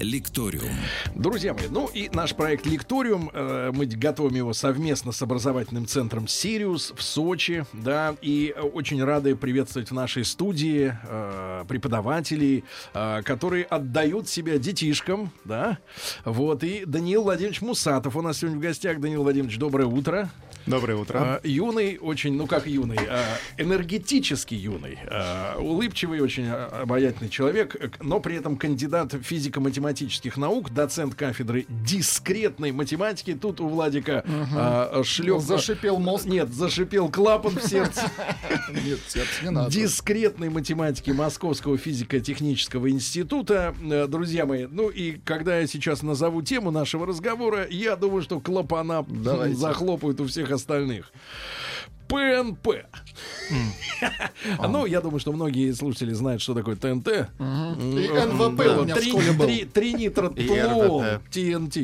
«Лекториум». Друзья мои, ну и наш проект Лекториум, э, мы готовим его совместно с образовательным центром «Сириус» в Сочи, да, и э, очень рады приветствовать в нашей студии э, преподавателей, э, которые отдают себя детишкам, да, вот, и Даниил Владимирович Мусатов у нас сегодня в гостях. Даниил Владимирович, доброе утро. Доброе утро. А, юный, очень, ну как юный, а, энергетически юный, а, улыбчивый, очень а, обаятельный человек, э, к- но при этом кандидат физико-математических наук, доцент кафедры дискретной математики. Тут у Владика а, шлёп- Зашипел мозг. Нет, зашипел клапан в сердце. А, Нет, сердце не надо. Дискретной математики Московского физико-технического института. Э, Друзья мои, ну и когда я сейчас назову тему нашего разговора, я думаю, что клапана м, Давайте. захлопают у всех остальных. ПНП. Ну, я думаю, что многие слушатели знают, что такое ТНТ. И НВП у меня в Три- школе был. три- Три нитротлон, ТНТ.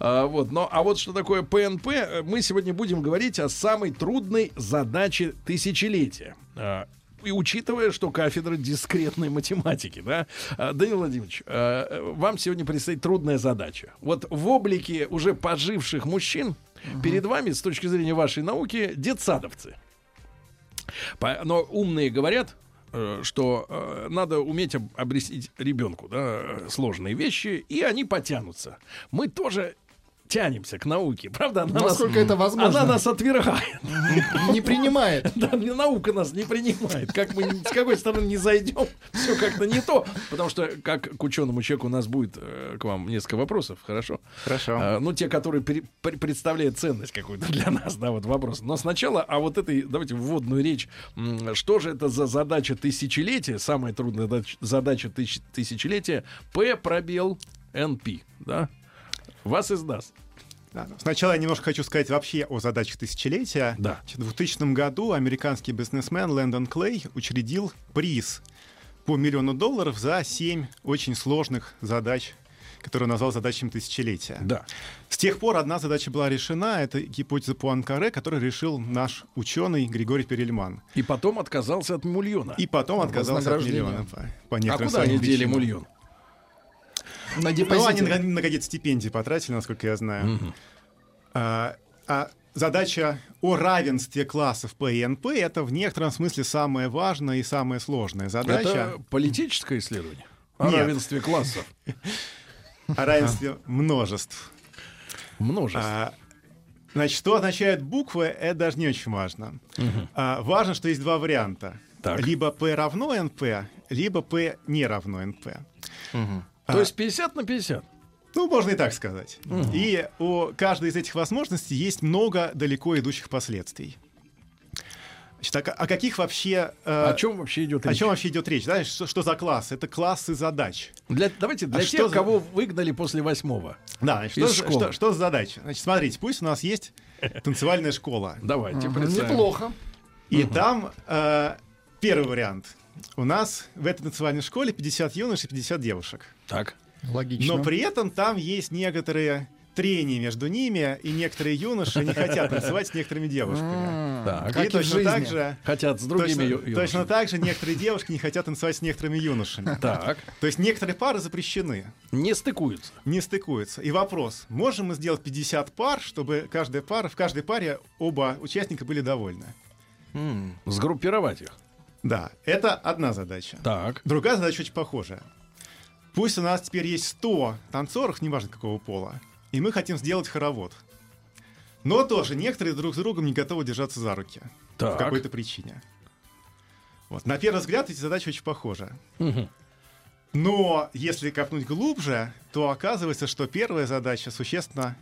А, Вот, но, а вот что такое ПНП, э, мы сегодня будем говорить о самой трудной задаче тысячелетия. А, И учитывая, что кафедра дискретной математики, да, А, Данил Владимирович, а, э, вам сегодня предстоит трудная задача. Вот в облике уже поживших мужчин перед вами, с точки зрения вашей науки, детсадовцы. По- Но умные говорят, э, что э, надо уметь об- объяснить ребенку да, э, сложные вещи, и они потянутся. Мы тоже тянемся к науке, правда? Она нас, Насколько это возможно. она нас отвергает. не принимает. Да, не- наука нас не принимает. Как мы ни- с какой стороны не зайдем, все как-то не то. Потому что, как к ученому человеку, у нас будет э, к вам несколько вопросов, хорошо? Хорошо. А, ну, те, которые пере- пре- представляют ценность какую-то для нас, да, вот вопрос. Но сначала, а вот этой, давайте вводную речь. М, Что же это за задача тысячелетия, самая трудная задач- задача тысяч- тысячелетия, П пробел НП, да? Вас издаст. Да, ну, Сначала я немножко хочу сказать вообще о задачах тысячелетия. Да. Значит, В 2000 году американский бизнесмен Лэндон Клей учредил приз по миллиону долларов за семь очень сложных задач, которые он назвал задачами тысячелетия. Да. С тех пор одна задача была решена, это гипотеза Пуанкаре, которую решил наш ученый Григорий Перельман. И потом отказался от мульона. И потом отказался от А Вознаграждение. миллиона. По, по а некоторым куда своим они дели причинам. мульон? На Ну, они на, депозите. на какие-то стипендии потратили, насколько я знаю. А, а задача о равенстве классов П и НП — это в некотором смысле самая важная и самая сложная задача. Это политическое исследование о Нет. равенстве классов. О равенстве множеств. Множество. А, значит, что означают буквы, это даже не очень важно. А, важно, что есть два варианта. Так. Либо P равно NP, либо P не равно NP. А. То есть 50 на 50. Ну, можно и так сказать. И у каждой из этих возможностей есть много далеко идущих последствий. Значит, о, ка- о каких вообще... э, О чем вообще идет о речь? чем вообще идет речь? Да? Что, что за класс? Это классы задач. Для- давайте для А тех, что за- кого выгнали после восьмого. Да, значит, Из что, за- школы. что- что за задача? Значит, смотрите, пусть у нас есть танцевальная школа. Давайте представим. Неплохо. И там э, первый вариант. У нас в этой танцевальной школе 50 юношей и 50 девушек. Так. Логично. Но при этом там есть некоторые трения между ними, и некоторые юноши не хотят танцевать с некоторыми девушками. так. Как И и в жизни. точно так же... Хотят с Точно, другими ю- юношами. точно так же некоторые девушки не хотят танцевать с некоторыми юношами. Так. То есть некоторые пары запрещены, Не стыкуются. не стыкуются. И вопрос, можем мы сделать 50 пар, чтобы каждая пара, в каждой паре оба участника были довольны? Сгруппировать их. Да, это одна задача. Так. Другая задача очень похожая. Пусть у нас теперь есть 100 танцоров, неважно какого пола, и мы хотим сделать хоровод. Но тоже некоторые друг с другом не готовы держаться за руки. Так. По какой-то причине. Вот. На первый взгляд эти задачи очень похожи. Но если копнуть глубже, то оказывается, что первая задача существенно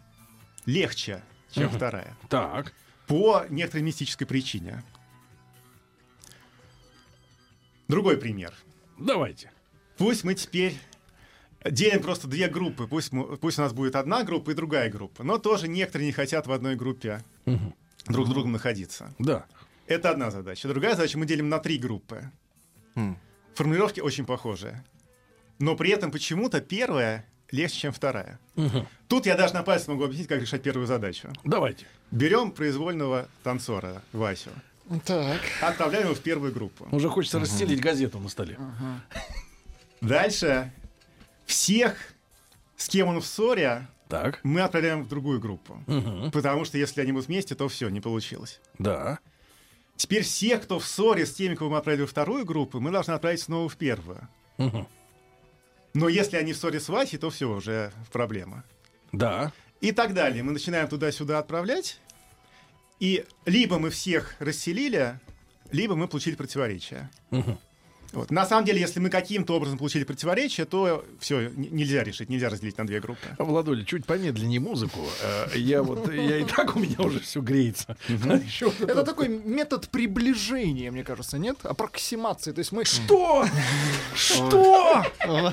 легче, чем вторая. Так. По некоторой мистической причине. Другой пример. Давайте. Пусть мы теперь делим просто две группы. Пусть, мы- пусть у нас будет одна группа и другая группа. Но тоже некоторые не хотят в одной группе друг с другом находиться. Да. Это одна задача. Другая задача мы делим на три группы. Формулировки очень похожие. Но при этом почему-то первая легче, чем вторая. Тут я даже на пальце могу объяснить, как решать первую задачу. Давайте. Берем произвольного танцора Васю, Ну, Так. отправляем его в первую группу. Уже хочется расстелить газету на столе. Дальше всех, с кем он в ссоре, Так, мы отправляем в другую группу. Потому что если они будут вместе, то все, не получилось. да. Теперь все, кто в ссоре с теми, кого мы отправили во вторую группу, мы должны отправить снова в первую. Мгм. Но если они в ссоре с Васей, то все, уже проблема. Да. И так далее. Мы начинаем туда-сюда отправлять. И либо мы всех расселили, либо мы получили противоречие. Мгм. Вот. На самом деле, если мы каким-то образом получили противоречие, то все, нельзя решить, нельзя разделить на две группы. А, Владуля, чуть помедленнее музыку. Э, Я вот, я и так у меня уже все греется. Еще вот Это такой метод приближения, мне кажется, нет? Аппроксимации. То есть мы... Что? Что?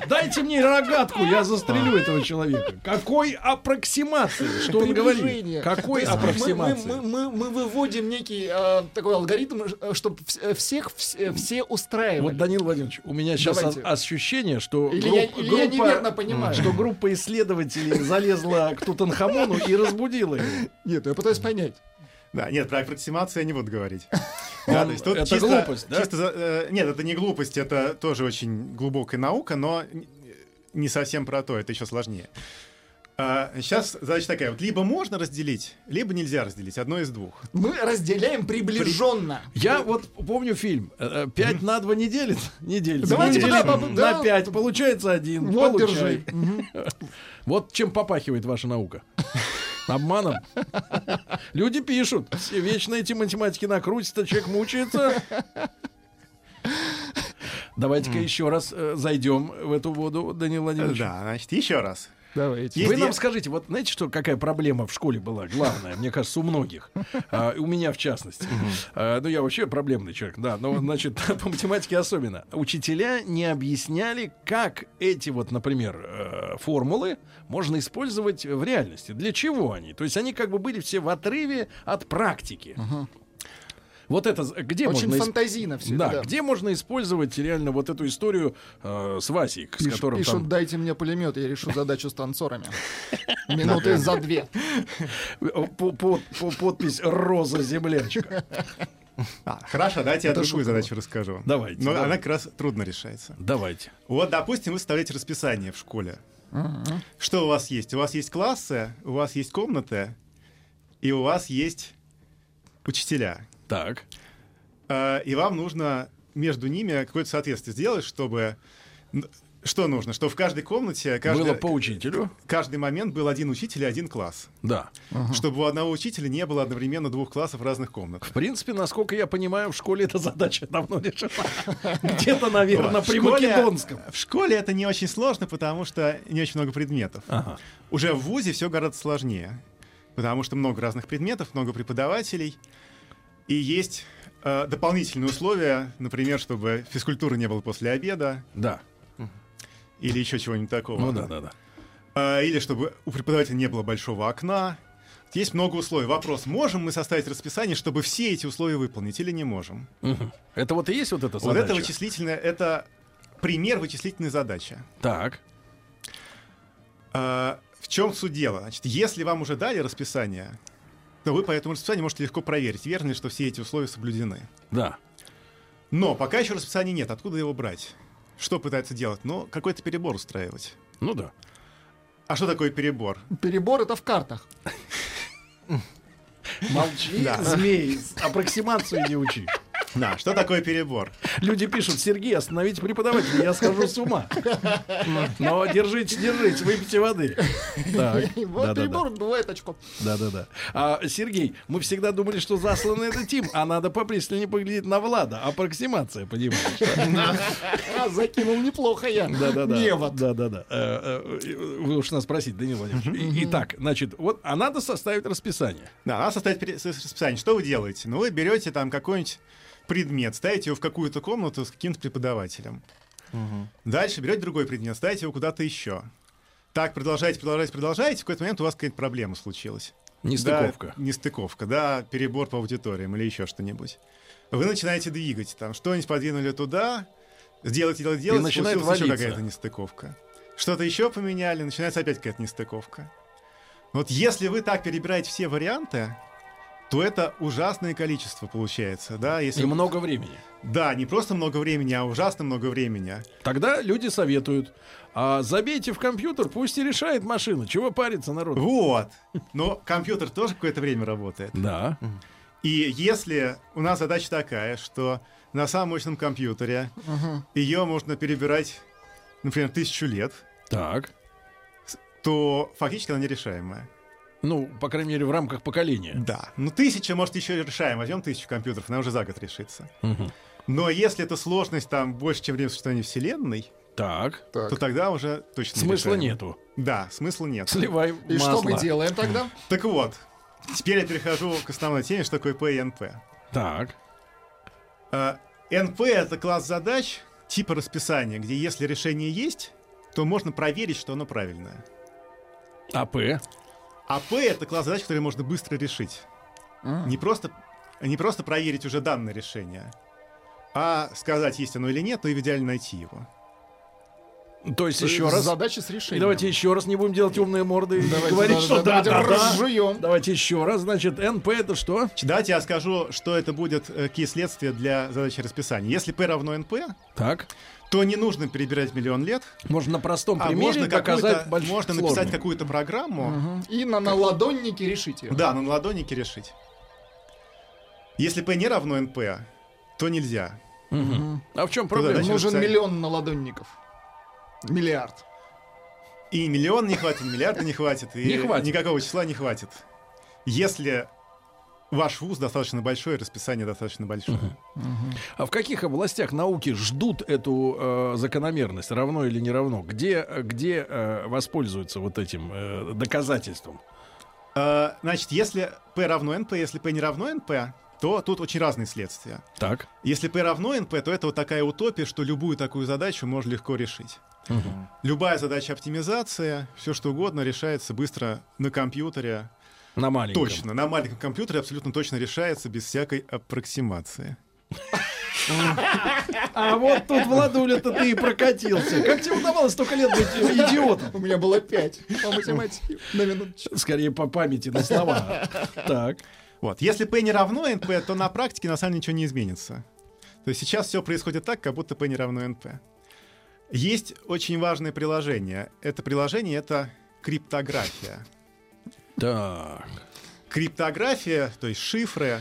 Дайте мне рогатку, я застрелю этого человека. Какой аппроксимации? Что он Приближение. говорит? Какой То есть мы- Мы, аппроксимации? мы- мы- мы выводим некий э, такой алгоритм, чтобы всех вс- э, все Вот, устраивали. Данил Владимирович, у меня сейчас Давайте. ощущение, что Или групп- я- или я неверно группа- понимаю. что группа исследователей залезла к Тутанхамону и разбудила его. Нет, я пытаюсь понять. Да, нет, про аппроксимацию я не буду говорить. Да, то есть тут Ну, это чисто- глупость, да? чисто за- э, Нет, это не глупость, это тоже очень глубокая наука, но н- не совсем про то, это еще сложнее. Сейчас задача такая, вот либо можно разделить, либо нельзя разделить, одно из двух. Мы разделяем приближенно. Я вот помню фильм. 5 на 2 не делит? Не делится. Давайте Не туда делит. попу- да. на 5 получается один. Вот, Получай. держи. Мгм. Вот чем попахивает ваша наука. Обманом. Люди пишут. Все вечно эти математики накрутятся, человек мучается. Давайте-ка еще раз э, зайдем в эту воду, Данил Э, Владимирович. Да, значит, еще раз. Давайте. Есть Вы нам я- скажите, вот знаете, что какая проблема в школе была главная, мне кажется, у многих, А, у меня в частности. А, Ну, я вообще проблемный человек, да, но, значит, по математике особенно. Учителя не объясняли, как эти вот, например, э, формулы можно использовать в реальности. Для чего они? То есть они как бы были все в отрыве от практики. Вот это, з- где Очень можно исп- фантазийно все. Да, где можно использовать реально вот эту историю э, с Васей, к- с которым пишут, там... дайте мне пулемет, я решу задачу с танцорами. Минуты за две. Э, По- по- по- Подпись Роза Земляночка. А, хорошо, давайте я другую задачу расскажу. Давайте, Но давайте. она как раз трудно решается. Давайте. Вот, допустим, вы составляете расписание в школе. Что у вас есть? У вас есть классы, у вас есть комнаты, и у вас есть учителя. Так. Э, И вам нужно между ними какое-то соответствие сделать, чтобы... н- Что нужно? Что в каждой комнате каждый, Было по учителю. каждый момент был один учитель и один класс. Да. Чтобы у одного учителя не было одновременно двух классов разных комнат. В принципе, насколько я понимаю, в школе эта задача давно решена. Где-то, наверное, В при школе- Македонском. В школе это не очень сложно, потому что не очень много предметов. Ага. Уже в ВУЗе все гораздо сложнее, потому что много разных предметов, много преподавателей, и есть э, дополнительные условия, например, чтобы физкультуры не было после обеда Да. или еще чего-нибудь такого. Ну да, да, да. Э, или чтобы у преподавателя не было большого окна. Есть много условий. Вопрос, можем мы составить расписание, чтобы все эти условия выполнить или не можем? Мгм. Это вот и есть вот эта Вот это задача? вычислительное, это пример вычислительной задачи. Так. А, в чем суть дела? Значит, если вам уже дали расписание, то вы по этому расписанию можете легко проверить, верно ли, что все эти условия соблюдены. Да. Но пока еще расписания нет. Откуда его брать? Что пытаются делать? Ну, какой-то перебор устраивать. Ну да. А что такое перебор? Перебор это в картах. Молчи, Да. змей. Аппроксимацию не учи. Да, что такое перебор? Люди пишут, Сергей, остановите преподавателя, я схожу с ума. Но держите, держите, выпейте воды. Так. Вот Да-да-да. перебор бывает очко. Да, да, да. А, Сергей, мы всегда думали, что заслан это Тим, а надо попристальнее поглядеть на Влада. Аппроксимация, понимаешь? А, закинул неплохо я. Да, да, да. Невод. Да, да, да. Э, э, Вы уж нас спросите, Данил Владимирович. И- Итак, значит, вот, а надо составить расписание. Да, надо составить пере- с- расписание. Что вы делаете? Ну, вы берете там какой-нибудь предмет, ставите его в какую-то комнату с каким-то преподавателем. Дальше берете другой предмет, ставите его куда-то еще. Так, продолжаете, продолжаете, продолжаете. В какой-то момент у вас какая-то проблема случилась. Нестыковка. Да, нестыковка, да, перебор по аудиториям или еще что-нибудь. Вы начинаете двигать, там что-нибудь подвинули туда, Сделать, делать, делать, начинает получилась еще валиться. какая-то нестыковка. Что-то еще поменяли, начинается опять какая-то нестыковка. Вот если вы так перебираете все варианты, то это ужасное количество получается, да? Если И много времени. Да, не просто много времени, а ужасно много времени. Тогда люди советуют. А забейте в компьютер, пусть и решает машина. Чего париться народ? Вот. Но компьютер тоже какое-то время работает. Да. И если у нас задача такая, что на самом мощном компьютере ее можно перебирать, например, тысячу лет, Так. то фактически она нерешаемая. Ну, по крайней мере, в рамках поколения. Да. Ну, тысяча, может, еще и решаем. Возьмем тысячу компьютеров, она уже за год решится. Мгм. Но если эта сложность там больше, чем время существования Вселенной, Так. Так. то тогда уже точно Смысла нерешаемо. нету. Да, смысла нет. Сливай И масло. что мы делаем тогда? Так вот, теперь я перехожу к основной теме, что такое ПНП. Так. Э, НП — это класс задач типа расписания, где если решение есть, то можно проверить, что оно правильное. АП. А П — это класс задач, который можно быстро решить. Не просто, не просто проверить уже данное решение, а сказать, есть оно или нет, но и в идеале найти его. То есть еще раз. Задачи с И решением. давайте еще раз не будем делать умные морды и говорить, что да, давайте да, да. разжуем. Давайте еще раз. Значит, НП это что? Давайте я скажу, что это будет, э, какие следствия для задачи расписания. Если P равно НП, Так. то не нужно перебирать миллион лет, Можно на простом а примере можно, доказать какую-то- большую можно написать какую-то программу, И на, на ладоннике решите. Да, но на ладоннике решить. Если P не равно NP, то нельзя. А в чем да, проблема? значит, Нужен расписание. миллион на ладонников. Миллиард. И миллион не хватит, миллиарда не хватит, и Не хватит. никакого числа не хватит. Если ваш вуз достаточно большой, расписание достаточно большое. А в каких областях науки ждут эту э, закономерность, равно или не равно? Где, э, где э, воспользуются вот этим э, доказательством? А, значит, если P равно NP, если P не равно NP, то тут очень разные следствия. Так. Если P равно NP, то это вот такая утопия, что любую такую задачу можно легко решить. Любая задача оптимизация, все что угодно решается быстро на компьютере, На маленьком. Точно, на маленьком компьютере абсолютно точно решается без всякой аппроксимации. А вот тут, Владуля-то ты и прокатился. Как тебе удавалось столько лет быть э, идиотом? У меня было пять по математике. На минуточку. Скорее по памяти на слова. Так. Вот. Если P не равно NP, то на практике на самом деле ничего не изменится. То есть сейчас все происходит так, как будто P не равно NP. Есть очень важное приложение. Это приложение — это криптография. Так. Криптография, то есть шифры,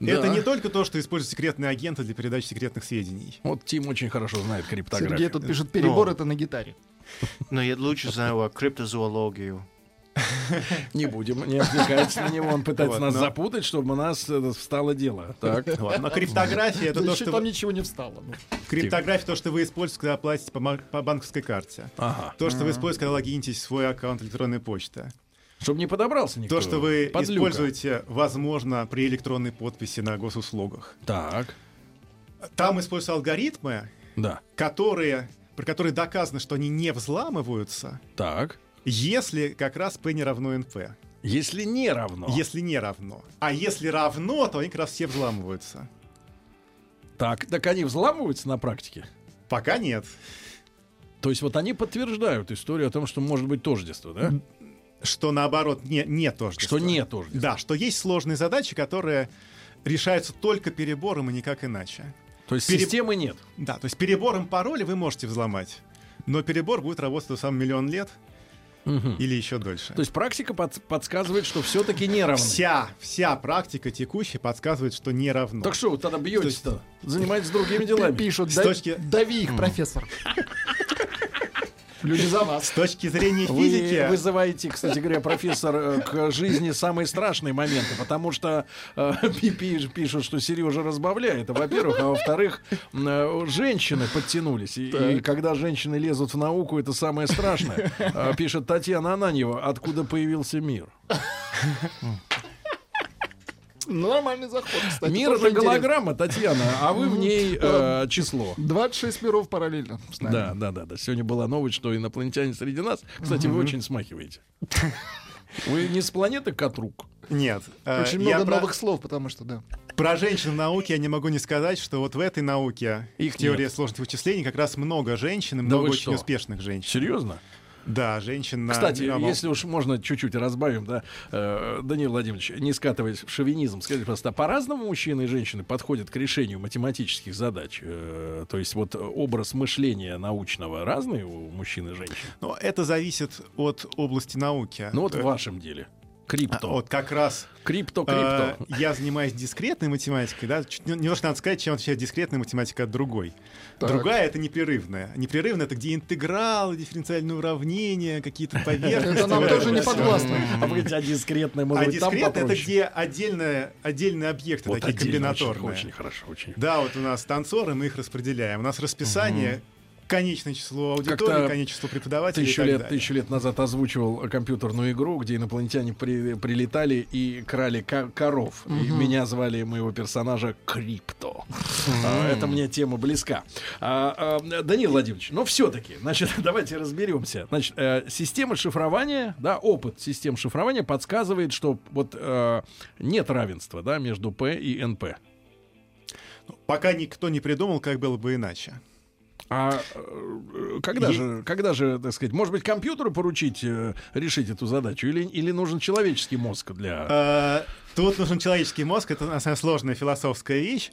Да. это не только то, что используют секретные агенты для передачи секретных сведений. Вот Тим очень хорошо знает криптографию. Сергей тут Ну. пишет, перебор это на гитаре. Но я лучше знаю а, криптозоологию. Не будем, не отвлекаться на него. Он пытается Вот, нас но- запутать, чтобы у нас э, встало дело. Так. Вот. Но криптография — это Да то, еще что... там вы- ничего не встало. Ну, Криптография — то, что вы используете, когда платите по ма- по банковской карте. Ага. То, что вы используете, когда логинитесь в свой аккаунт электронной почты. Чтобы не подобрался никто. То, что вы Подлюка. используете, возможно, при электронной подписи на госуслугах. Так. Там используются алгоритмы, Да. которые, про которые доказано, что они не взламываются, Так. если как раз P не равно NP. Если не равно. Если не равно. А если равно, то они как раз все взламываются. Так, так они взламываются на практике. Пока нет. То есть вот они подтверждают историю о том, что может быть тождество, да? Что наоборот, не, не Что тождество. не тождество. Да, что есть сложные задачи, которые решаются только перебором и никак иначе. То есть Пере- системы нет. Да, то есть перебором пароля вы можете взломать, но перебор будет работать сам миллион лет или еще дольше. То есть практика под- подсказывает, что все-таки не равно. вся, вся практика текущая подсказывает, что не равно. Так что вы тогда бьетесь-то? Занимаетесь другими делами. Пишут, С «Да- точки- дави их, профессор. Люди за С вас. точки зрения Вы физики, вызываете, кстати говоря, профессор э, к жизни самые страшные моменты, потому что э, пи- пи- пишут, что Сережа разбавляет, а, во-первых, а во-вторых, м, э, женщины подтянулись. И, и когда женщины лезут в науку, это самое страшное. Э, Пишет Татьяна Ананьева, откуда появился мир. Ну, Нормальный заход, кстати. Мир тоже это интересно. голограмма, Татьяна, а вы в ней э, число. 26 миров параллельно с нами. Да, да, да, да. Сегодня была новость, что инопланетяне среди нас. Кстати, вы очень смахиваете. Вы не с планеты Катрук. нет. э, Очень я много Э, про- новых слов, потому что, да. про, Про женщин в науке я не могу не сказать, что вот в этой науке, их теория сложных вычислений, как раз много женщин, и много вы очень что? успешных женщин. Серьезно? Да, женщин на... Кстати, на- если уж можно чуть-чуть разбавим, да, э, Данил Владимирович, не скатываясь в шовинизм, скажите, просто а по-разному мужчины и женщины подходят к решению математических задач? Э, то есть вот образ мышления научного разный у мужчин и женщин? Но это зависит от области науки. Ну вот в Э, вашем деле. а, Крипто. Вот как раз Крипто, э, крипто. я занимаюсь дискретной математикой, да, чуть не- немножко надо сказать, чем отличается дискретная математика от другой. Так. Другая — это непрерывная. Непрерывная — это где интегралы, дифференциальные уравнения, какие-то поверхности. Это нам вот тоже не всё. подвластно. Э, А погодите, а дискретное, может А быть, там дискретно это попроще? где отдельные, отдельные объекты, Вот такие отдельно, очень- комбинаторные. Очень, хорошо, очень. Да, вот у нас танцоры, мы их распределяем. У нас расписание, конечное число аудитории, Как-то конечное число преподавателей. и Тысячу так лет, далее. тысячу лет назад озвучивал компьютерную игру, где инопланетяне при- прилетали и крали ко- коров. И меня звали моего персонажа Крипто. А, Это мне тема близка. А, а, Данил Владимирович, но все-таки, значит, давайте разберемся. Значит, э, система шифрования, да, опыт систем шифрования подсказывает, что вот э, нет равенства, да, между П и НП. Пока никто не придумал, как было бы иначе. А э, когда Е- же, когда же, так сказать, может быть, компьютеру поручить э, решить эту задачу, или или нужен человеческий мозг для? Э, Тут нужен человеческий мозг, это на самом деле, сложная философская вещь.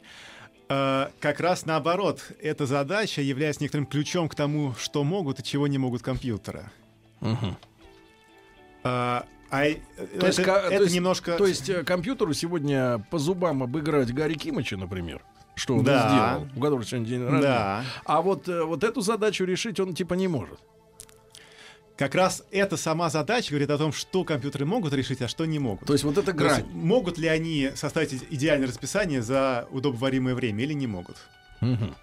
Э, Как раз наоборот, эта задача является некоторым ключом к тому, что могут и чего не могут компьютеры. Мгм. Э, А э, это, ка- это немножко... То есть э, компьютеру сегодня по зубам обыграть Гарри Кимыча, например, что он и Да. сделал, у которого сегодня день рождения. да. А вот э, вот эту задачу решить он типа не может. Как раз эта сама задача говорит о том, что компьютеры могут решить, а что не могут. То есть вот эта То есть грань. могут ли они составить и- идеальное расписание за удобоваримое время или не могут? Мгм.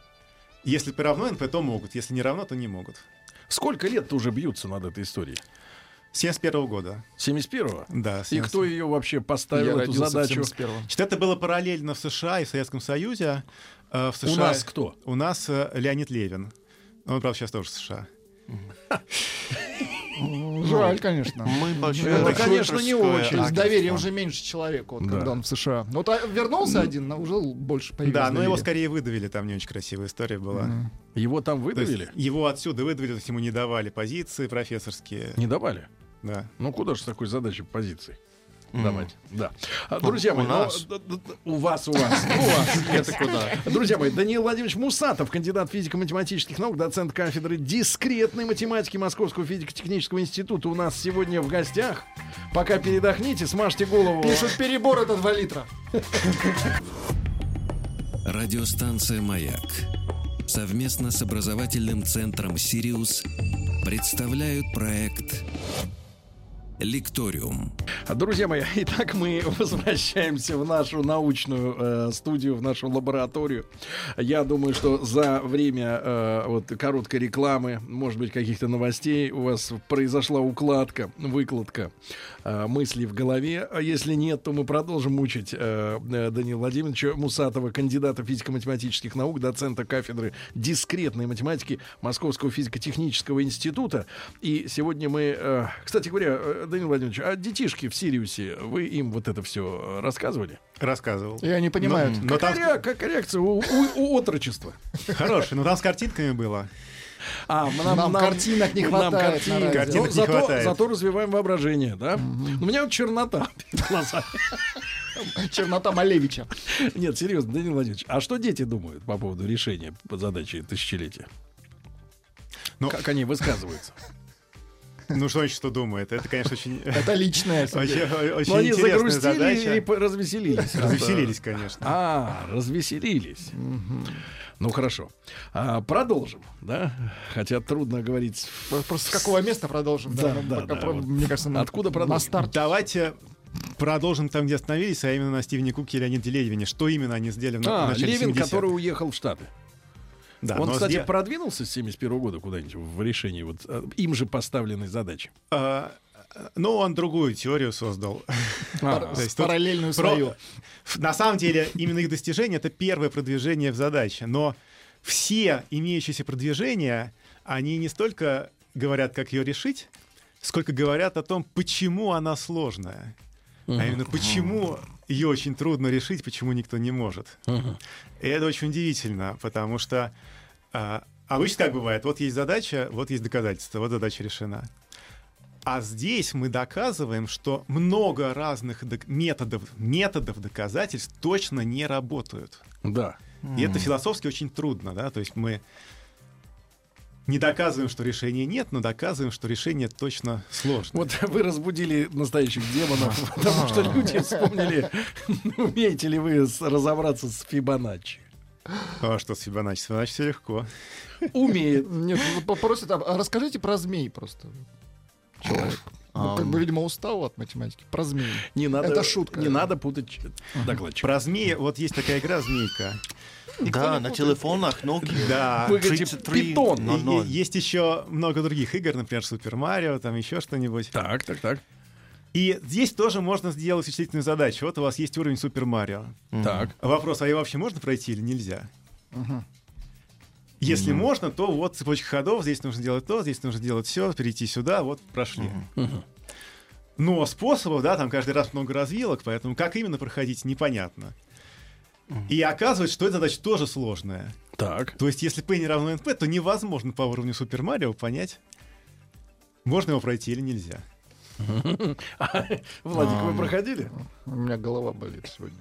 Если P равно NP, то могут. Если не равно, то не могут. Сколько лет-то уже бьются над этой историей? С 71 года. 71-го? Да, с И кто 71-го. ее вообще Я поставил, эту родился в задачу? 71-м. Значит, это было параллельно в США и в Советском Союзе. Э, В США... У нас кто? У нас э, Леонид Левин. Он, правда, сейчас тоже в США. Жаль, конечно. Мы большое Это, конечно, не шутерское очень. То есть агентство. доверие уже меньше человеку, вот, Да. когда он в США. Вот а вернулся один, но уже л- больше появился. да, но его доверия. скорее выдавили, там не очень красивая история была. Мгм. Его там То есть выдавили? его отсюда выдавили, то есть ему не давали позиции профессорские. Не давали? Да. Ну куда же с такой задачей позиции? Мгм. Давайте. Да. А, Друзья У мои, ну, нас. д- д- д- у вас, у вас, у вас. Это куда? Друзья мои, Даниил Владимирович Мусатов, кандидат физико-математических наук, доцент кафедры дискретной математики Московского физико-технического института у нас сегодня в гостях. Пока передохните, смажьте голову. Пишут перебор это 2 литра. Радиостанция «Маяк» совместно с образовательным центром «Сириус» представляют проект «Лекториум». Друзья мои, итак, мы возвращаемся в нашу научную э, студию, в нашу лабораторию. Я думаю, что за время э, вот короткой рекламы, может быть, каких-то новостей у вас произошла укладка, выкладка э, мыслей в голове. А Если нет, то мы продолжим мучить э, э, Данила Владимировича Мусатова, кандидата физико-математических наук, доцента кафедры дискретной математики Московского физико-технического института. И сегодня мы, э, кстати говоря, э, Данил Владимирович, а детишки в Сириусе, вы им вот это все рассказывали? Рассказывал. И они понимают. Но, но там Какая, ре- какая реакция у, у- у отрочества? хороший, но там с картинками было. А, Нам картинок не хватает на картинок. радио. Картинок Но не зато, хватает. зато развиваем воображение, да? У меня вот чернота перед глазами. Чернота Малевича. Нет, серьезно, Данил Владимирович, а что дети думают по поводу решения по задаче тысячелетия? Ну, Как они высказываются? Ну, что значит, что думает? Это, конечно, очень... Это личное. Очень, очень Ну, они интересная загрустили задача. или по- развеселились? Развеселились, конечно. А, развеселились. Ну хорошо. А, продолжим, да? Хотя трудно говорить. Просто с какого места продолжим? Да, ну, да, пока да, про- вот. Мне кажется, на- Откуда На продолжим? старт. Давайте продолжим там, где остановились, а именно на Стивене Куке и Леониде Левине. Что именно они сделали в на- А, в начале Левин, 70-х. который уехал в Штаты. Ну, Да, Он, но кстати, сде- продвинулся с 71 года куда-нибудь в решении вот э, им же поставленной задачи. а, ну, он другую теорию создал. А, То С есть тут параллельную про- свою. Ф- На самом деле, именно их достижение — это первое продвижение в задаче. Но все имеющиеся продвижения, они не столько говорят, как ее решить, сколько говорят о том, почему она сложная. А именно, почему ее очень трудно решить, почему никто не может. Мгм. И это очень удивительно, потому что а, обычно как бывает, вот есть задача, вот есть доказательство, вот задача решена. А здесь мы доказываем, что много разных док- методов, методов доказательств точно не работают. Да. И это философски очень трудно, да, то есть мы не доказываем, что решения нет, но доказываем, что решение точно сложно. Вот вы разбудили настоящих демонов, потому что люди вспомнили, умеете ли вы с- разобраться с Фибоначчи. А что с Фибоначчи? С Фибоначчи все легко. Умеет. Нет, ну, попросят, а а расскажите про змей просто. Человек. Ну, как бы, видимо, устал от математики. Про змей. Не надо, Это шутка. Не надо путать ч- докладчика. Про змеи, вот есть такая игра «Змейка». Да, на телефонах Nokia. Да. Вы говорите, 33, питон. И- и 00. Есть еще много других игр, например, Супер Марио, там еще что-нибудь. Так, так, так. И здесь тоже можно сделать вычислительную задачу. Вот у вас есть уровень Супер Марио. Так. Вопрос, а его вообще можно пройти или нельзя? Если можно, то вот цепочка ходов, здесь нужно делать то, здесь нужно делать все, перейти сюда, вот прошли. Но способов, да, там каждый раз много развилок, поэтому как именно проходить, непонятно. И оказывается, что эта задача тоже сложная. Так. То есть, если P не равно NP, то невозможно по уровню Супер Марио понять, можно его пройти или нельзя. А, Владик, вы проходили? У меня голова болит сегодня.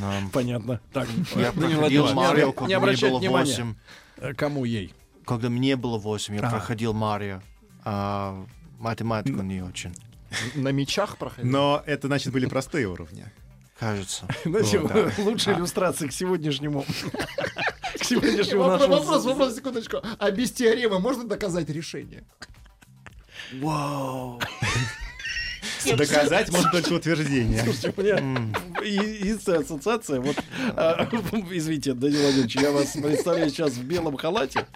Нам. Понятно. Так. Я Данил проходил Владимирович, Марио, не- не когда мне обращайте было внимания. 8. Э, Кому ей? Когда мне было 8, я проходил Марио. А математику не очень, На мечах проходил. Но это, значит, были простые уровни. кажется. Знаете, лучшая иллюстрация к сегодняшнему. К сегодняшнему Вопрос, нашему. вопрос, вопрос, секундочку. А без теоремы можно доказать решение? Вау! Доказать можно только утверждение. Слушайте, у меня и- единственная ассоциация, вот, а, извините, Данил Владимирович, я вас представляю сейчас в белом халате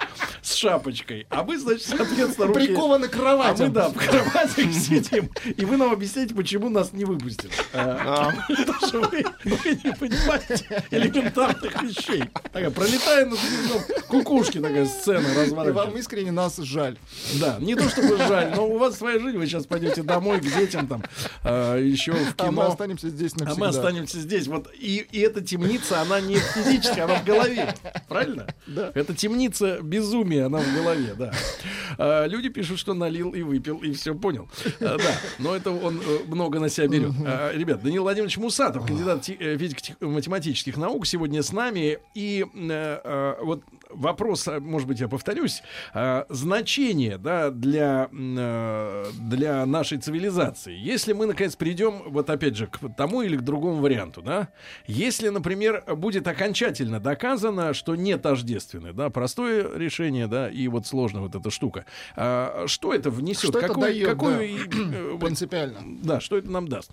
с шапочкой, а вы, значит, соответственно, руки... Прикованы к Ну, А кровати. мы, да, в кроватях сидим, и вы нам объясняете, почему нас не выпустят. А, Потому что вы, вы не понимаете элементарных вещей. Такая, пролетая над гнездом кукушки, такая сцена И вам разворачивается. искренне нас жаль. Да, не то чтобы жаль, но у вас своя жизнь, вы сейчас пойдете домой к детям там, а, еще в кино. А мы останемся здесь навсегда. А мы останемся здесь. Вот и, и эта темница, она не физически, она в голове. Правильно? Да. Это темница безумия, она в голове, да. А, люди пишут, что налил и выпил, и все понял. А, да. Но это он э, много на себя берет. А, ребят, Данил Владимирович Мусатов, кандидат те- э, физико-математических наук, сегодня с нами. И э, э, вот вопрос, а, может быть, я повторюсь, а, значение да, для, м, э, для нашей цивилизации. Если мы, наконец, придем, вот опять же, к тому или к другому варианту, да, если, например, будет окончательно доказано, что не тождественны, да, простое решение, да, и вот сложная вот эта штука, а, что это внесет? Что это даёт, какую, да. и, э, вот, Принципиально. да, что это нам даст?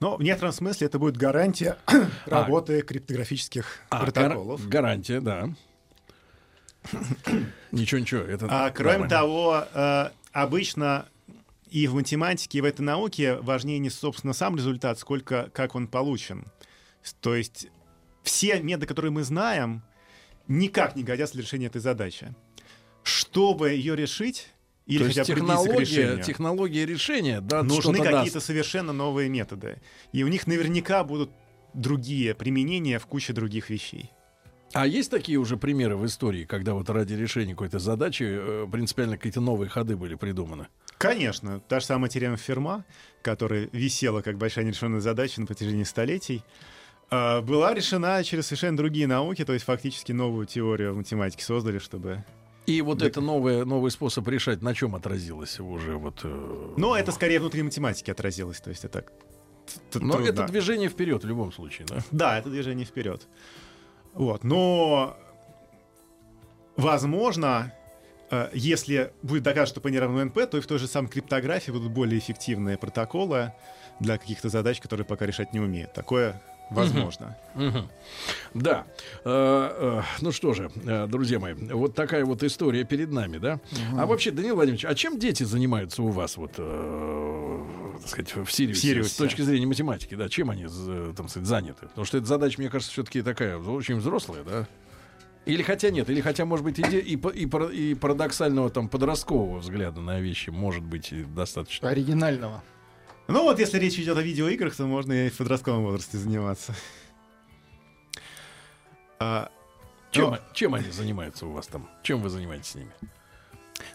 Но в некотором смысле это будет гарантия работы криптографических А, протоколов. гар- гарантия, да. Ничего, ничего. Это А, кроме нормально. того, э, обычно и в математике, и в этой науке важнее не, собственно, сам результат, сколько как он получен. С- То есть все методы, которые мы знаем, никак не годятся для решения этой задачи. Чтобы ее решить, или То хотя есть бы приблизиться к технология, решению, технология решения, да, нужны что-то какие-то даст. совершенно новые методы. И у них наверняка будут другие применения в куче других вещей. А есть такие уже примеры в истории, когда вот ради решения какой-то задачи э, принципиально какие-то новые ходы были придуманы? Конечно, та же самая теорема Ферма, которая висела как большая нерешенная задача на протяжении столетий, э, была решена через совершенно другие науки, то есть фактически новую теорию в математике создали, чтобы... И вот это новое, новый способ решать, на чем отразилось уже вот... э, Но это скорее внутри математики отразилось, то есть это... так т- т- Но трудно. это движение вперед в любом случае, да? Да, это движение вперед. Вот, но возможно, э, если будет доказано, что P не равно NP, то и в той же самой криптографии будут более эффективные протоколы для каких-то задач, которые пока решать не умеют. Такое возможно. Мгм. Да. Э, э, Ну что же, э, друзья мои, вот такая вот история перед нами, да? А вообще, Данил Владимирович, а чем дети занимаются у вас вот, э, так сказать, в Сириусе, В Сириусе. с точки зрения математики, да? Чем они, з- там, сказать, заняты? Потому что эта задача, мне кажется, все-таки такая очень взрослая, да? Или хотя нет, или хотя, может быть, и, де- и, по- и пара- и А парадоксального там подросткового взгляда на вещи может быть и достаточно. Оригинального. Ну вот, если речь идет о видеоиграх, то можно и в подростковом возрасте заниматься. А, Чем, ну, чем они занимаются у вас там? Чем вы занимаетесь с ними?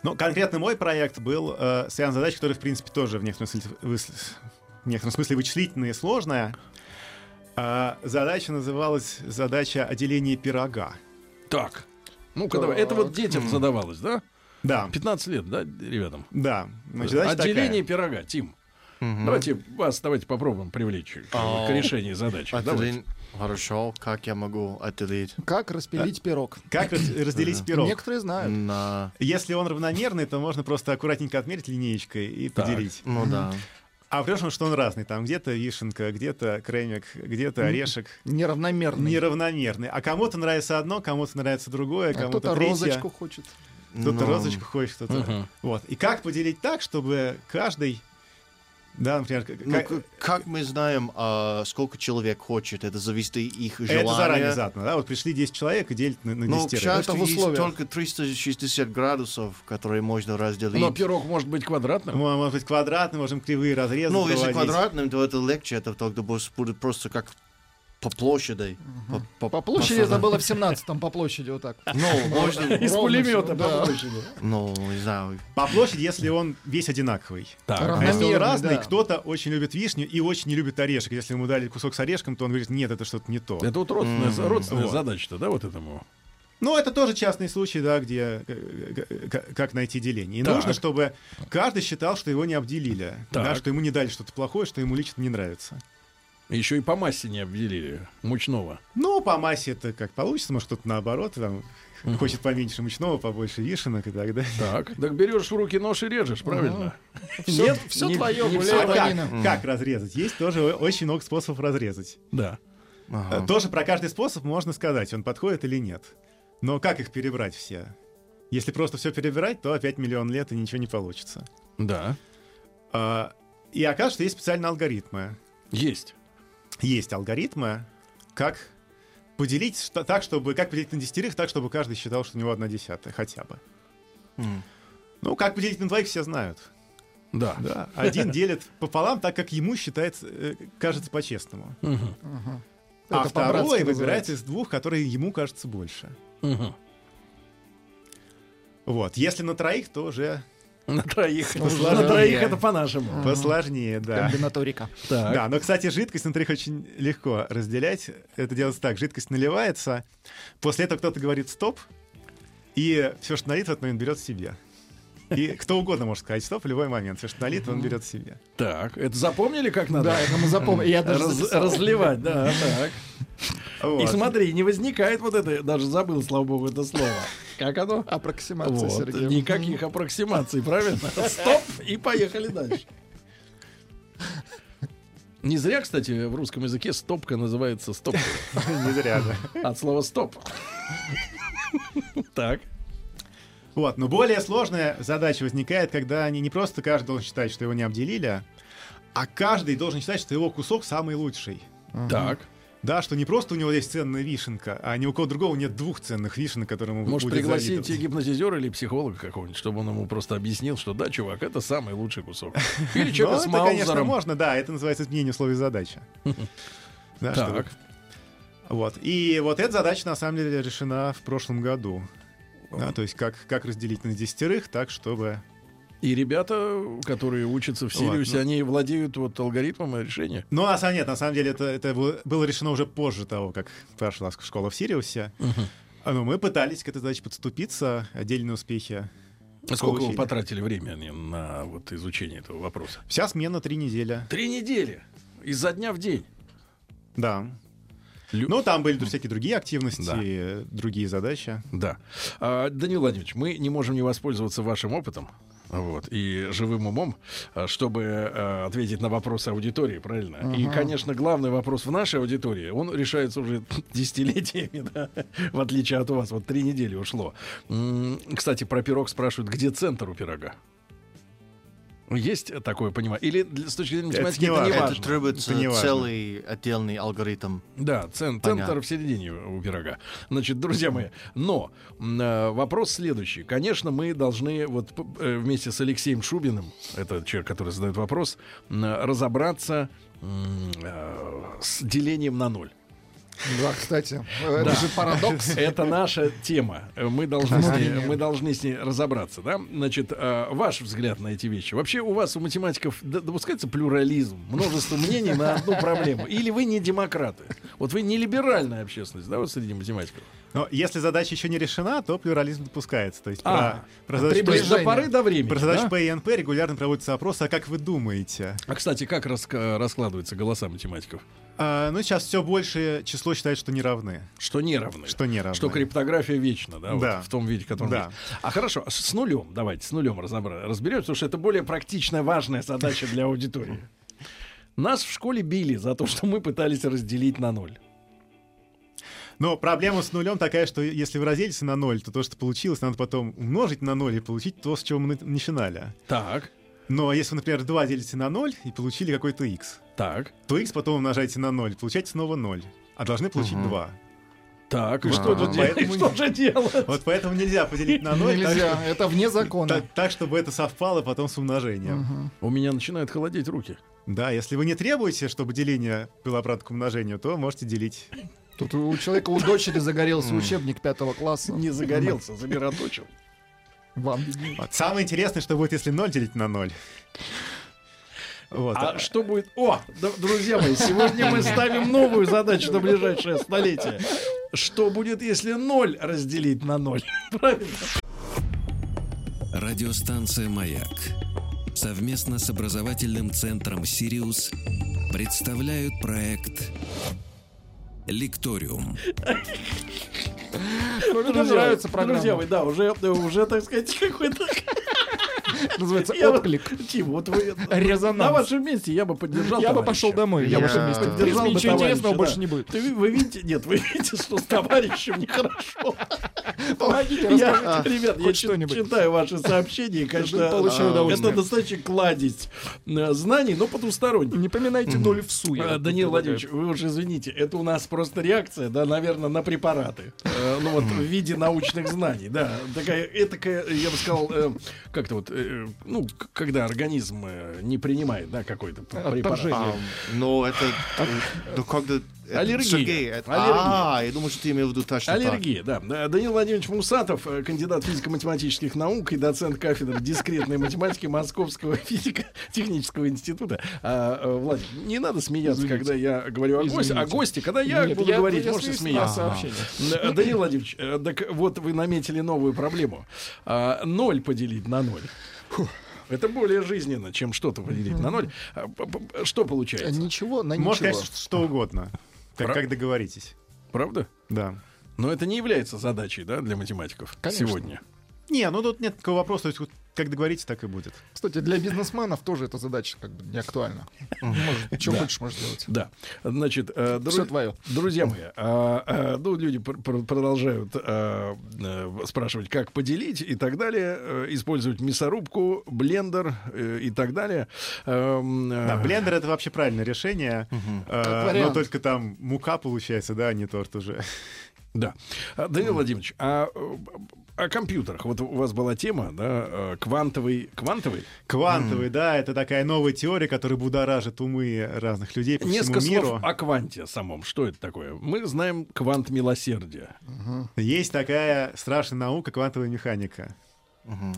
Ну, конкретно мой проект был э, связан с задачей, которая, в принципе, тоже в некотором смысле, выс- в некотором смысле вычислительная и сложная. А, задача называлась «Задача о делении пирога». Так. Ну-ка, давай. Так. Это вот детям задавалось, да? Да, 15 лет, да, ребятам? да. Ну, Значит, задача Отделение такая. пирога, Тим. Мгм. Давайте вас давайте попробуем привлечь к, А. к решению задачи. Давайте. Отделить. Хорошо, как я могу отделить? Как распилить пирог? Как раз- разделить пирог? Некоторые знают. На... Если он равномерный, то можно просто аккуратненько отмерить линеечкой и Так. поделить. Ну да. А в том, что он разный. Там где-то вишенка, где-то кремик, где-то орешек. Неравномерный. Неравномерный. А кому-то нравится одно, кому-то нравится другое, А кому-то кто-то третье. розочку хочет. Кто-то Ну, розочку хочет, кто-то... Мгм. Вот. И как поделить так, чтобы каждый... Да, например... к- ну, как- э, к- как мы знаем, а, сколько человек хочет, это зависит от их желания. Это заранее задано, да? Вот пришли 10 человек и делить на, на Ну, 10. к Это счастью, в есть условиях. только 360 градусов, которые можно разделить. Но пирог может быть квадратным. Мо- Может быть, квадратный, можем кривые разрезы Ну, если проводить. квадратным, то это легче, это тогда бос- будет просто как по площади. По, По площади это было в 17-м, по площади вот так. Ну, можно... Из Ровно пулемета, всё, да. Ну, не знаю. По площади, если он весь одинаковый. Так. Ра- А если он Намеренный, разный, да. кто-то очень любит вишню и очень не любит орешек. Если ему дали кусок с орешком, то он говорит, нет, это что-то не то. Это вот родственная, М, родственная вот. задача-то, да, вот этому? Ну, это тоже частный случай, да, где э, к- как найти деление. И Так. нужно, чтобы каждый считал, что его не обделили, Так. да, что ему не дали что-то плохое, что ему лично не нравится. Еще и по массе не обделили мучного. Ну, по массе это как получится, может, кто-то наоборот, там, хочет поменьше мучного, побольше вишенок и так далее. Так, так берешь в руки нож и режешь, правильно? Нет, все не- твое, не А гуляй, Ванина. как, как разрезать? Есть тоже о- очень много способов разрезать. Да. Ага. Э, Тоже про каждый способ можно сказать, он подходит или нет. Но как их перебрать все? Если просто все перебирать, то опять миллион лет и ничего не получится. Да. А, И окажется, что есть специальные алгоритмы. Есть. Есть алгоритмы, как поделить что- так, чтобы как поделить на десятерых, так, чтобы каждый считал, что у него одна десятая хотя бы. М. Ну, как поделить на двоих, все знают. Да. Да. Один делит пополам, так как ему считается, э, кажется по-честному. Мгм. Мгм. А Это по-братски второй выбирает называется. из двух, которые ему кажется больше. Мгм. Вот. Если на троих, то уже На троих. Сложнее. На троих это по-нашему. посложнее, да. Комбинаторика. Так. Да, но, кстати, жидкость на троих очень легко разделять. Это делается так. Жидкость наливается, после этого кто-то говорит «стоп», и все, что налито, в этот момент берет себе. И кто угодно может сказать «стоп» в любой момент. Все, что налито, он берет себе. Так. Это запомнили, как надо? Да, это мы запомнили. Я даже Раз- записал. разливать, да, так. И Вот. смотри, не возникает вот это, даже забыл, слава богу, это слово. Как оно? Аппроксимация, Вот, Сергей. никаких аппроксимаций, правильно? Стоп, и поехали дальше. Не зря, кстати, в русском языке стопка называется стоп Не зря, да. от слова стоп. Так. Вот, но более сложная задача возникает, когда они не просто каждый должен считать, что его не обделили, а каждый должен считать, что его кусок самый лучший. Так. Да, что не просто у него есть ценная вишенка, а ни у кого другого нет двух ценных вишен, которым ему Может, будет пригласить завидовать. гипнотизера или психолога какого-нибудь, чтобы он ему просто объяснил, что да, чувак, это самый лучший кусок. Или Ну, человека с это, конечно, Маузером. можно, да, это называется изменение условий задачи. Да, чтобы- Так. Вот. И вот эта задача, на самом деле, решена в прошлом году. Да, то есть как, как разделить на десятерых так, чтобы... И ребята, которые учатся в Ладно. Сириусе, они владеют вот алгоритмом решения. Ну, на самом, нет, на самом деле, это, это было- было решено уже позже того, как прошла ск- школа в Сириусе. А, Ну, мы пытались к этой задаче подступиться, отдельные успехи. А Сколько вы Получили. потратили времени на вот изучение этого вопроса? Вся смена три недели. Три недели. Изо дня в день. Да. Лю- Ну, там были всякие другие активности, Да. э, другие задачи. Да. А, Данил Владимирович, мы не можем не воспользоваться вашим опытом вот, и живым умом, а, чтобы э, ответить на вопросы аудитории, правильно? И, конечно, главный вопрос в нашей аудитории, он решается уже десятилетиями, да, в отличие от вас. Вот три недели ушло. М, Кстати, про пирог спрашивают, где центр у пирога? Ну, Есть такое понимание? Или для- с точки зрения Это математики не это не важно. важно? Это требуется Это не важно. целый отдельный алгоритм. Да, цен- Понятно. центр в середине у пирога. Значит, друзья мои, но м, э, вопрос следующий. Конечно, мы должны вот п- э, вместе с Алексеем Шубиным, это человек, который задает вопрос, м, э, разобраться м, э, с делением на ноль. Да, кстати. Это же парадокс. Это наша тема. Э, Мы должны, с ней, Конечно. мы должны с ней разобраться, да? Значит, э, ваш взгляд на эти вещи. Вообще у вас, у математиков, д- допускается плюрализм, множество мнений на одну проблему. Или вы не демократы? Вот вы не либеральная общественность, да, вот среди математиков? Но если задача еще не решена, то плюрализм допускается. То есть А, про, про задачу, Приблизь до приближение. поры до времени, про задачу да? P и NP регулярно проводятся опросы, а как вы думаете? А, кстати, как раска- раскладываются голоса математиков? А, ну, сейчас все большее число считает, что не равны. Что не равны. Что не равны. Что криптография вечна, да, вот Да. в том виде, в котором Да. есть. А хорошо, с- с нулем, давайте, с нулем разберемся, разберем, потому что это более практичная, важная задача для аудитории. Нас в школе били за то, что мы пытались разделить на ноль. Но проблема с нулем такая, что если вы разделите на ноль, то то, что получилось, надо потом умножить на ноль и получить то, с чего мы на- начинали. Так, Но если вы, например, 2 делите на ноль и получили какой-то x, так, то x потом умножаете на ноль, получаете снова ноль, а должны получить Мгм. 2. так. А, И Вот- что, вот же делать? поэтому- что же делать? Вот поэтому нельзя поделить на ноль так, Нельзя. что- Это вне закона. Ну, так, так, чтобы это совпало потом с умножением. Мгм. У меня начинают холодеть руки. Да, если вы не требуете, чтобы деление было обратно к умножению, то можете делить. Тут у человека, у дочери загорелся учебник пятого класса. Не загорелся, загородочил. Вам. Вот. Самое интересное, что будет, если 0 делить на 0. Вот. А что будет? О, д- друзья мои, сегодня мы ставим новую задачу на ближайшее столетие. Что будет, если ноль разделить на ноль? Правильно? Радиостанция «Маяк» совместно с образовательным центром «Сириус» представляют проект «Лекториум». Мне нравится Друзья программа. мои, да, уже, уже так сказать, какой-то... Называется Я вот- «Отклик». Тим, вот вы... Резонанс. На вашем месте я бы поддержал Я бы товарища. пошел домой. Я Я бы бы вместе. В поддержал принципе, бы ничего интересного товарища, больше да. не будет. Ты, вы видите, нет, вы видите, что с товарищем нехорошо. Помогите, Я, а, расскажите ребят, я хоть чит- что-нибудь. Ну, читаю ваши сообщения, и, конечно, Получаю а, это удовольствие. достаточно кладезь э, знаний, но потусторонних. Не поминайте ноль в су. я А, вот Даниил предлагаю. Владимирович, вы уж извините, это у нас просто реакция, да, наверное, на препараты. Э, ну вот в виде научных знаний, да. Такая, этакая, я бы сказал, э, как-то вот, э, ну, к- когда организм э, не принимает, да, какой-то п- препарат. Отторжение. А, но это... Ну, когда... это- Аллергия. Сергей, это- Аллергия. А, я думаю, что ты имел в виду точно так. Аллергия, да. Да, Данил Владимирович Мусатов, э, кандидат физико-математических наук и доцент кафедры дискретной математики Московского физико-технического института. А, э, Владик, не надо смеяться, когда я говорю о госте, о госте, когда я Нет, буду говорить, я можете смеюсь А, на смеяться. сообщение. Н- Данил Владимирович, э, так вот вы наметили новую проблему. А, Ноль поделить на ноль. Это более жизненно, чем что-то поделить на ноль. А, п- п- Что Э, получается? Ничего, на Можно, ничего. конечно, что- что угодно. Как, Про- как договоритесь. Правда? Да. Но это не является задачей, да, для математиков Конечно. сегодня. Не, ну тут нет такого вопроса. То есть, вот как договоритесь, так и будет. Кстати, для бизнесменов тоже эта задача как бы не актуальна. Может, Что хочешь, можешь делать. Да. Значит, э, друз- Всё твоё. друзья мои, а, а, ну, люди пр- пр- продолжают а, э, спрашивать, как поделить и так далее, э, использовать мясорубку, блендер э, и так далее. Эм, э, Да, блендер это вообще правильное решение. э, Как но вариант. только там мука получается, да, а не торт уже. Да. А, Данил Владимирович, а э, о компьютерах. Вот у вас была тема, да, э, квантовый, квантовый. Квантовый, да, это такая новая теория, которая будоражит умы разных людей по Несколько всему миру. слов о кванте самом. Что это такое? Мы знаем квант милосердия. Есть такая страшная наука квантовая механика. Мгм.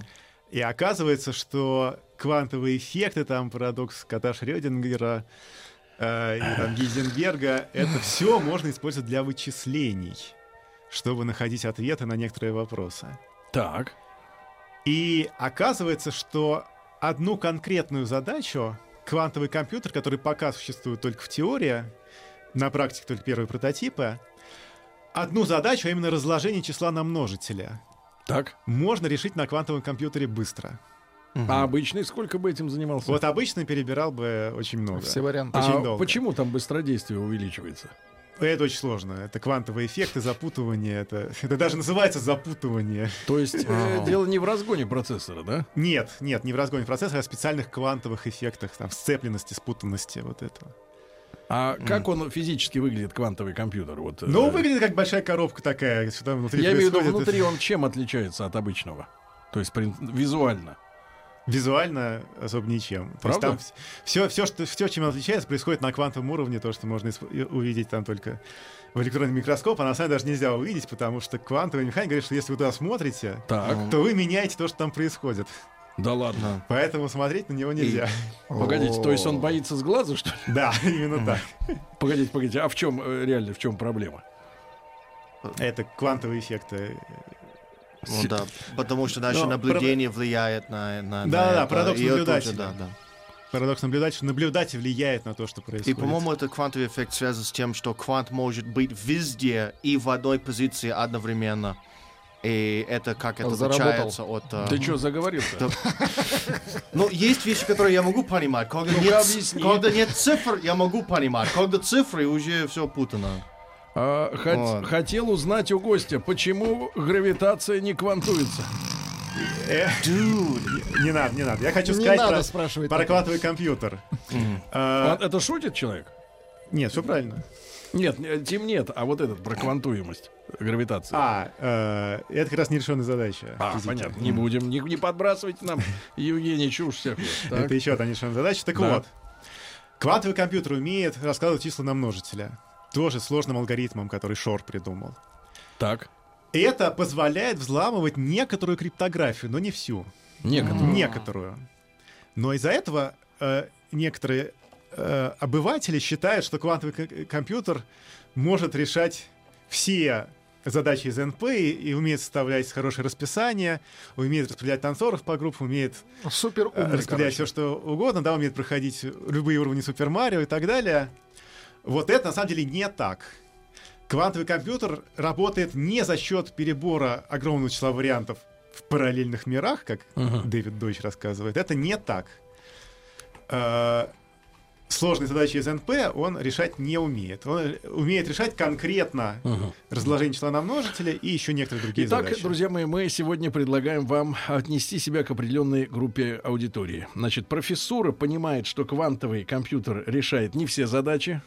И оказывается, что квантовые эффекты, там парадокс кота Шрёдингера э, и там Гейзенберга, это все можно использовать для вычислений, чтобы находить ответы на некоторые вопросы. Так. И оказывается, что одну конкретную задачу квантовый компьютер, который пока существует только в теории, на практике только первые прототипы, одну задачу, а именно разложение числа на множители, Так. можно решить на квантовом компьютере быстро. А обычный сколько бы этим занимался? Вот обычно перебирал бы очень много. Все варианты. А очень долго. почему там быстродействие увеличивается? Это очень сложно. Это квантовые эффекты, запутывание. Это, это даже называется запутывание. То есть э, дело не в разгоне процессора, да? Нет, нет, не в разгоне процессора, а в специальных квантовых эффектах, там, сцепленности, спутанности вот этого. А как он физически выглядит, квантовый компьютер? Вот, э, Ну, выглядит как большая коробка такая, что там внутри Я имею в виду, происходит. внутри он чем отличается от обычного? То есть прин- визуально. Визуально особо ничем. То есть Правда? там все, все, что, все, чем он отличается, происходит на квантовом уровне, то, что можно исп- и увидеть там только в электронный микроскоп, а на самом деле даже нельзя увидеть, потому что квантовая механика говорит, что если вы туда смотрите, Так, то вы меняете то, что там происходит. Ну. да ладно. Поэтому смотреть на него нельзя. Погодите, то есть он боится с глаза, что ли? Да, именно так. Погодите, погодите, а в чем э, реально, в чем проблема? Это квантовые эффекты. Ну да, потому что наше Но наблюдение влияет на, на, на Да-да-да, это. парадокс И это тоже, наблюдателя. да, да. Парадокс наблюдателя. Наблюдатель влияет на то, что И, происходит. по-моему, этот квантовый эффект связан с тем, что квант может быть везде и в одной позиции одновременно. И это как это Заработал. отличается от... э, Ты что, заговорился? Да. Ну, есть вещи, которые я могу понимать. Когда, Ну-ка, нет, объясни. когда нет цифр, я могу понимать. Когда цифры, уже все путано. Вот. А, Хотел узнать у гостя, почему гравитация не квантуется. Э, Не надо, не надо. Я хочу Не сказать надо про- спрашивать про такое. квантовый компьютер. А А, Это шутит человек? Нет, все правильно. Нет, не- тем нет, а вот этот про квантуемость гравитации. А, э, это как раз нерешенная задача. А, физики. понятно, не будем, не, не подбрасывайте нам, Евгений, чушь всякую. Так. Это еще одна нерешенная задача. Так Да. вот, квантовый компьютер умеет раскладывать числа на множителя. Тоже сложным алгоритмом, который Шор придумал. Так, И это позволяет взламывать некоторую криптографию, но не всю. некогда. Некоторую. Но из-за этого э, некоторые э, обыватели считают, что квантовый ко- компьютер может решать все задачи из НП и, и умеет составлять хорошее расписание, умеет распределять танцоров по группам, умеет Супер э, умный, распределять все, короче. что угодно, да, умеет проходить любые уровни Супер Марио и так далее. Вот это на самом деле не так. Квантовый компьютер работает не за счет перебора огромного числа вариантов в параллельных мирах, как Мгм. Дэвид Дойч рассказывает. Это не так. Э, Сложные задачи из НП он решать не умеет. Он умеет решать конкретно Мгм. разложение числа на множители и еще некоторые другие Итак, задачи. друзья мои, мы сегодня предлагаем вам отнести себя к определенной группе аудитории. Значит, профессура понимает, что квантовый компьютер решает не все задачи.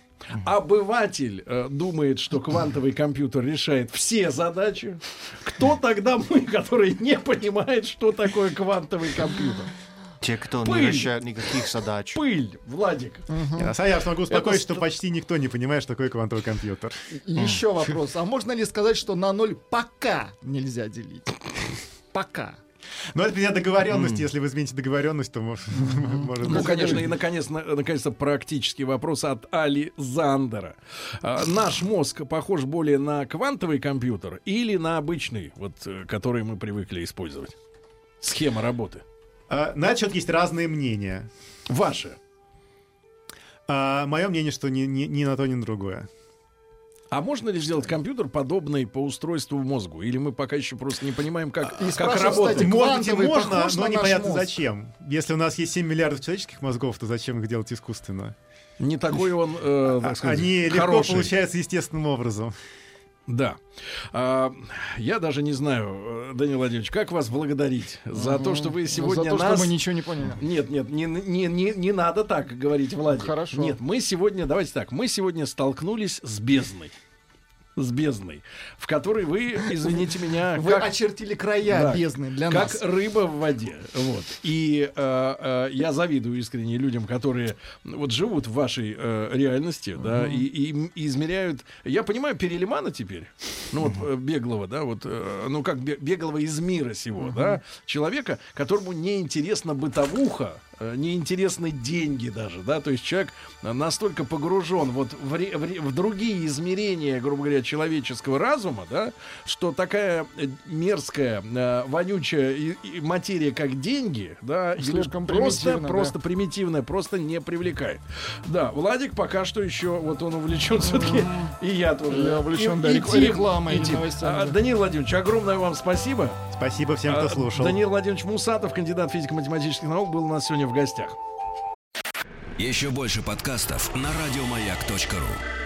Обыватель э, думает, что квантовый компьютер решает все задачи. Кто тогда мы, который не понимает, что такое квантовый компьютер? Те, кто Пыль. не решает никаких задач. Пыль, Владик. Не, на самом деле А я вас могу успокоить, ст- что почти никто не понимает, что такое квантовый компьютер. И Еще вопрос. А можно ли сказать, что на ноль пока нельзя делить? Пока. Но это предмет договоренности. Если вы измените договоренность, то мож- может Ну, быть. конечно, и наконец, на- наконец-то практический вопрос от Али Зандера. А, Наш мозг похож более на квантовый компьютер или на обычный, вот, э, который мы привыкли использовать? Схема работы. А, На этот счет есть разные мнения. Ваше. мое мнение, что ни, ни- ни на то, ни на другое. А можно ли сделать компьютер подобный по устройству в мозгу? Или мы пока еще просто не понимаем, как, как А, спрашиваю, работает? кстати, Может быть, и квантовый можно, похож но на наш непонятно мозг. зачем. Если у нас есть 7 миллиардов человеческих мозгов, то зачем их делать искусственно? А, Не такой он, э, А, Ну, так сказать, Они легко хороший. получаются естественным образом. Да. А, я даже не знаю, э, Данил Владимирович, как вас благодарить за то, что вы сегодня Ну, За то, нас... что мы ничего не поняли. Нет, нет, не, не, не, не надо так говорить, Владик. Хорошо. Нет, мы сегодня, давайте так, мы сегодня столкнулись с бездной. С бездной, в которой вы, извините меня, Вы как, очертили края Да. бездны для как нас. рыба в воде. Вот. И э, э, я завидую искренне людям, которые ну, вот живут в вашей э, реальности, да, и, и м- и измеряют. Я понимаю Перелимана теперь, ну вот э, беглого, да, вот, э, ну как бе- беглого из мира сего, да, человека, которому неинтересна бытовуха, э, неинтересны деньги даже, да, то есть человек настолько погружен вот в, ре- в ре- в другие измерения, грубо говоря, человеческого разума, да, что такая э, мерзкая, э, вонючая и- и материя, как деньги, да, и Слишком просто, примитивно, да. просто примитивная, просто не привлекает. Да, Владик пока что еще, вот он увлечен все-таки, и я тоже. Я увлечен, И- да, и рек- Тим, рекламой, и Тим. новостями, А, да. Данил Владимирович, огромное вам спасибо. Спасибо всем, кто А, слушал. Данил Владимирович Мусатов, кандидат физико-математических наук, был у нас сегодня в гостях. Еще больше подкастов на радиомаяк.ру.